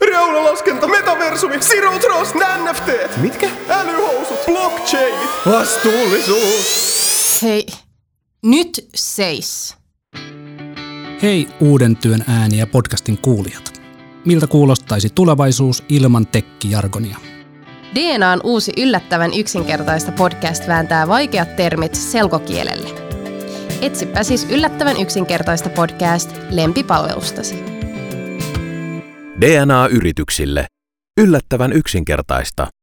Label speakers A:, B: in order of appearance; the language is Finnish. A: Keulalaskenta, metaversumi, Zero Trust, NFT,
B: Mitkä?
A: älyhousut, blockchainit.
B: Vastuullisuus!
C: Hei, nyt seis.
D: Hei Uuden työn ääniä podcastin kuulijat. Miltä kuulostaisi tulevaisuus ilman tekkijargonia?
C: DNAn uusi yllättävän yksinkertaista podcast vääntää vaikeat termit selkokielelle. Etsipä siis yllättävän yksinkertaista podcast lempipalvelustasi.
E: DNA yrityksille. Yllättävän yksinkertaista.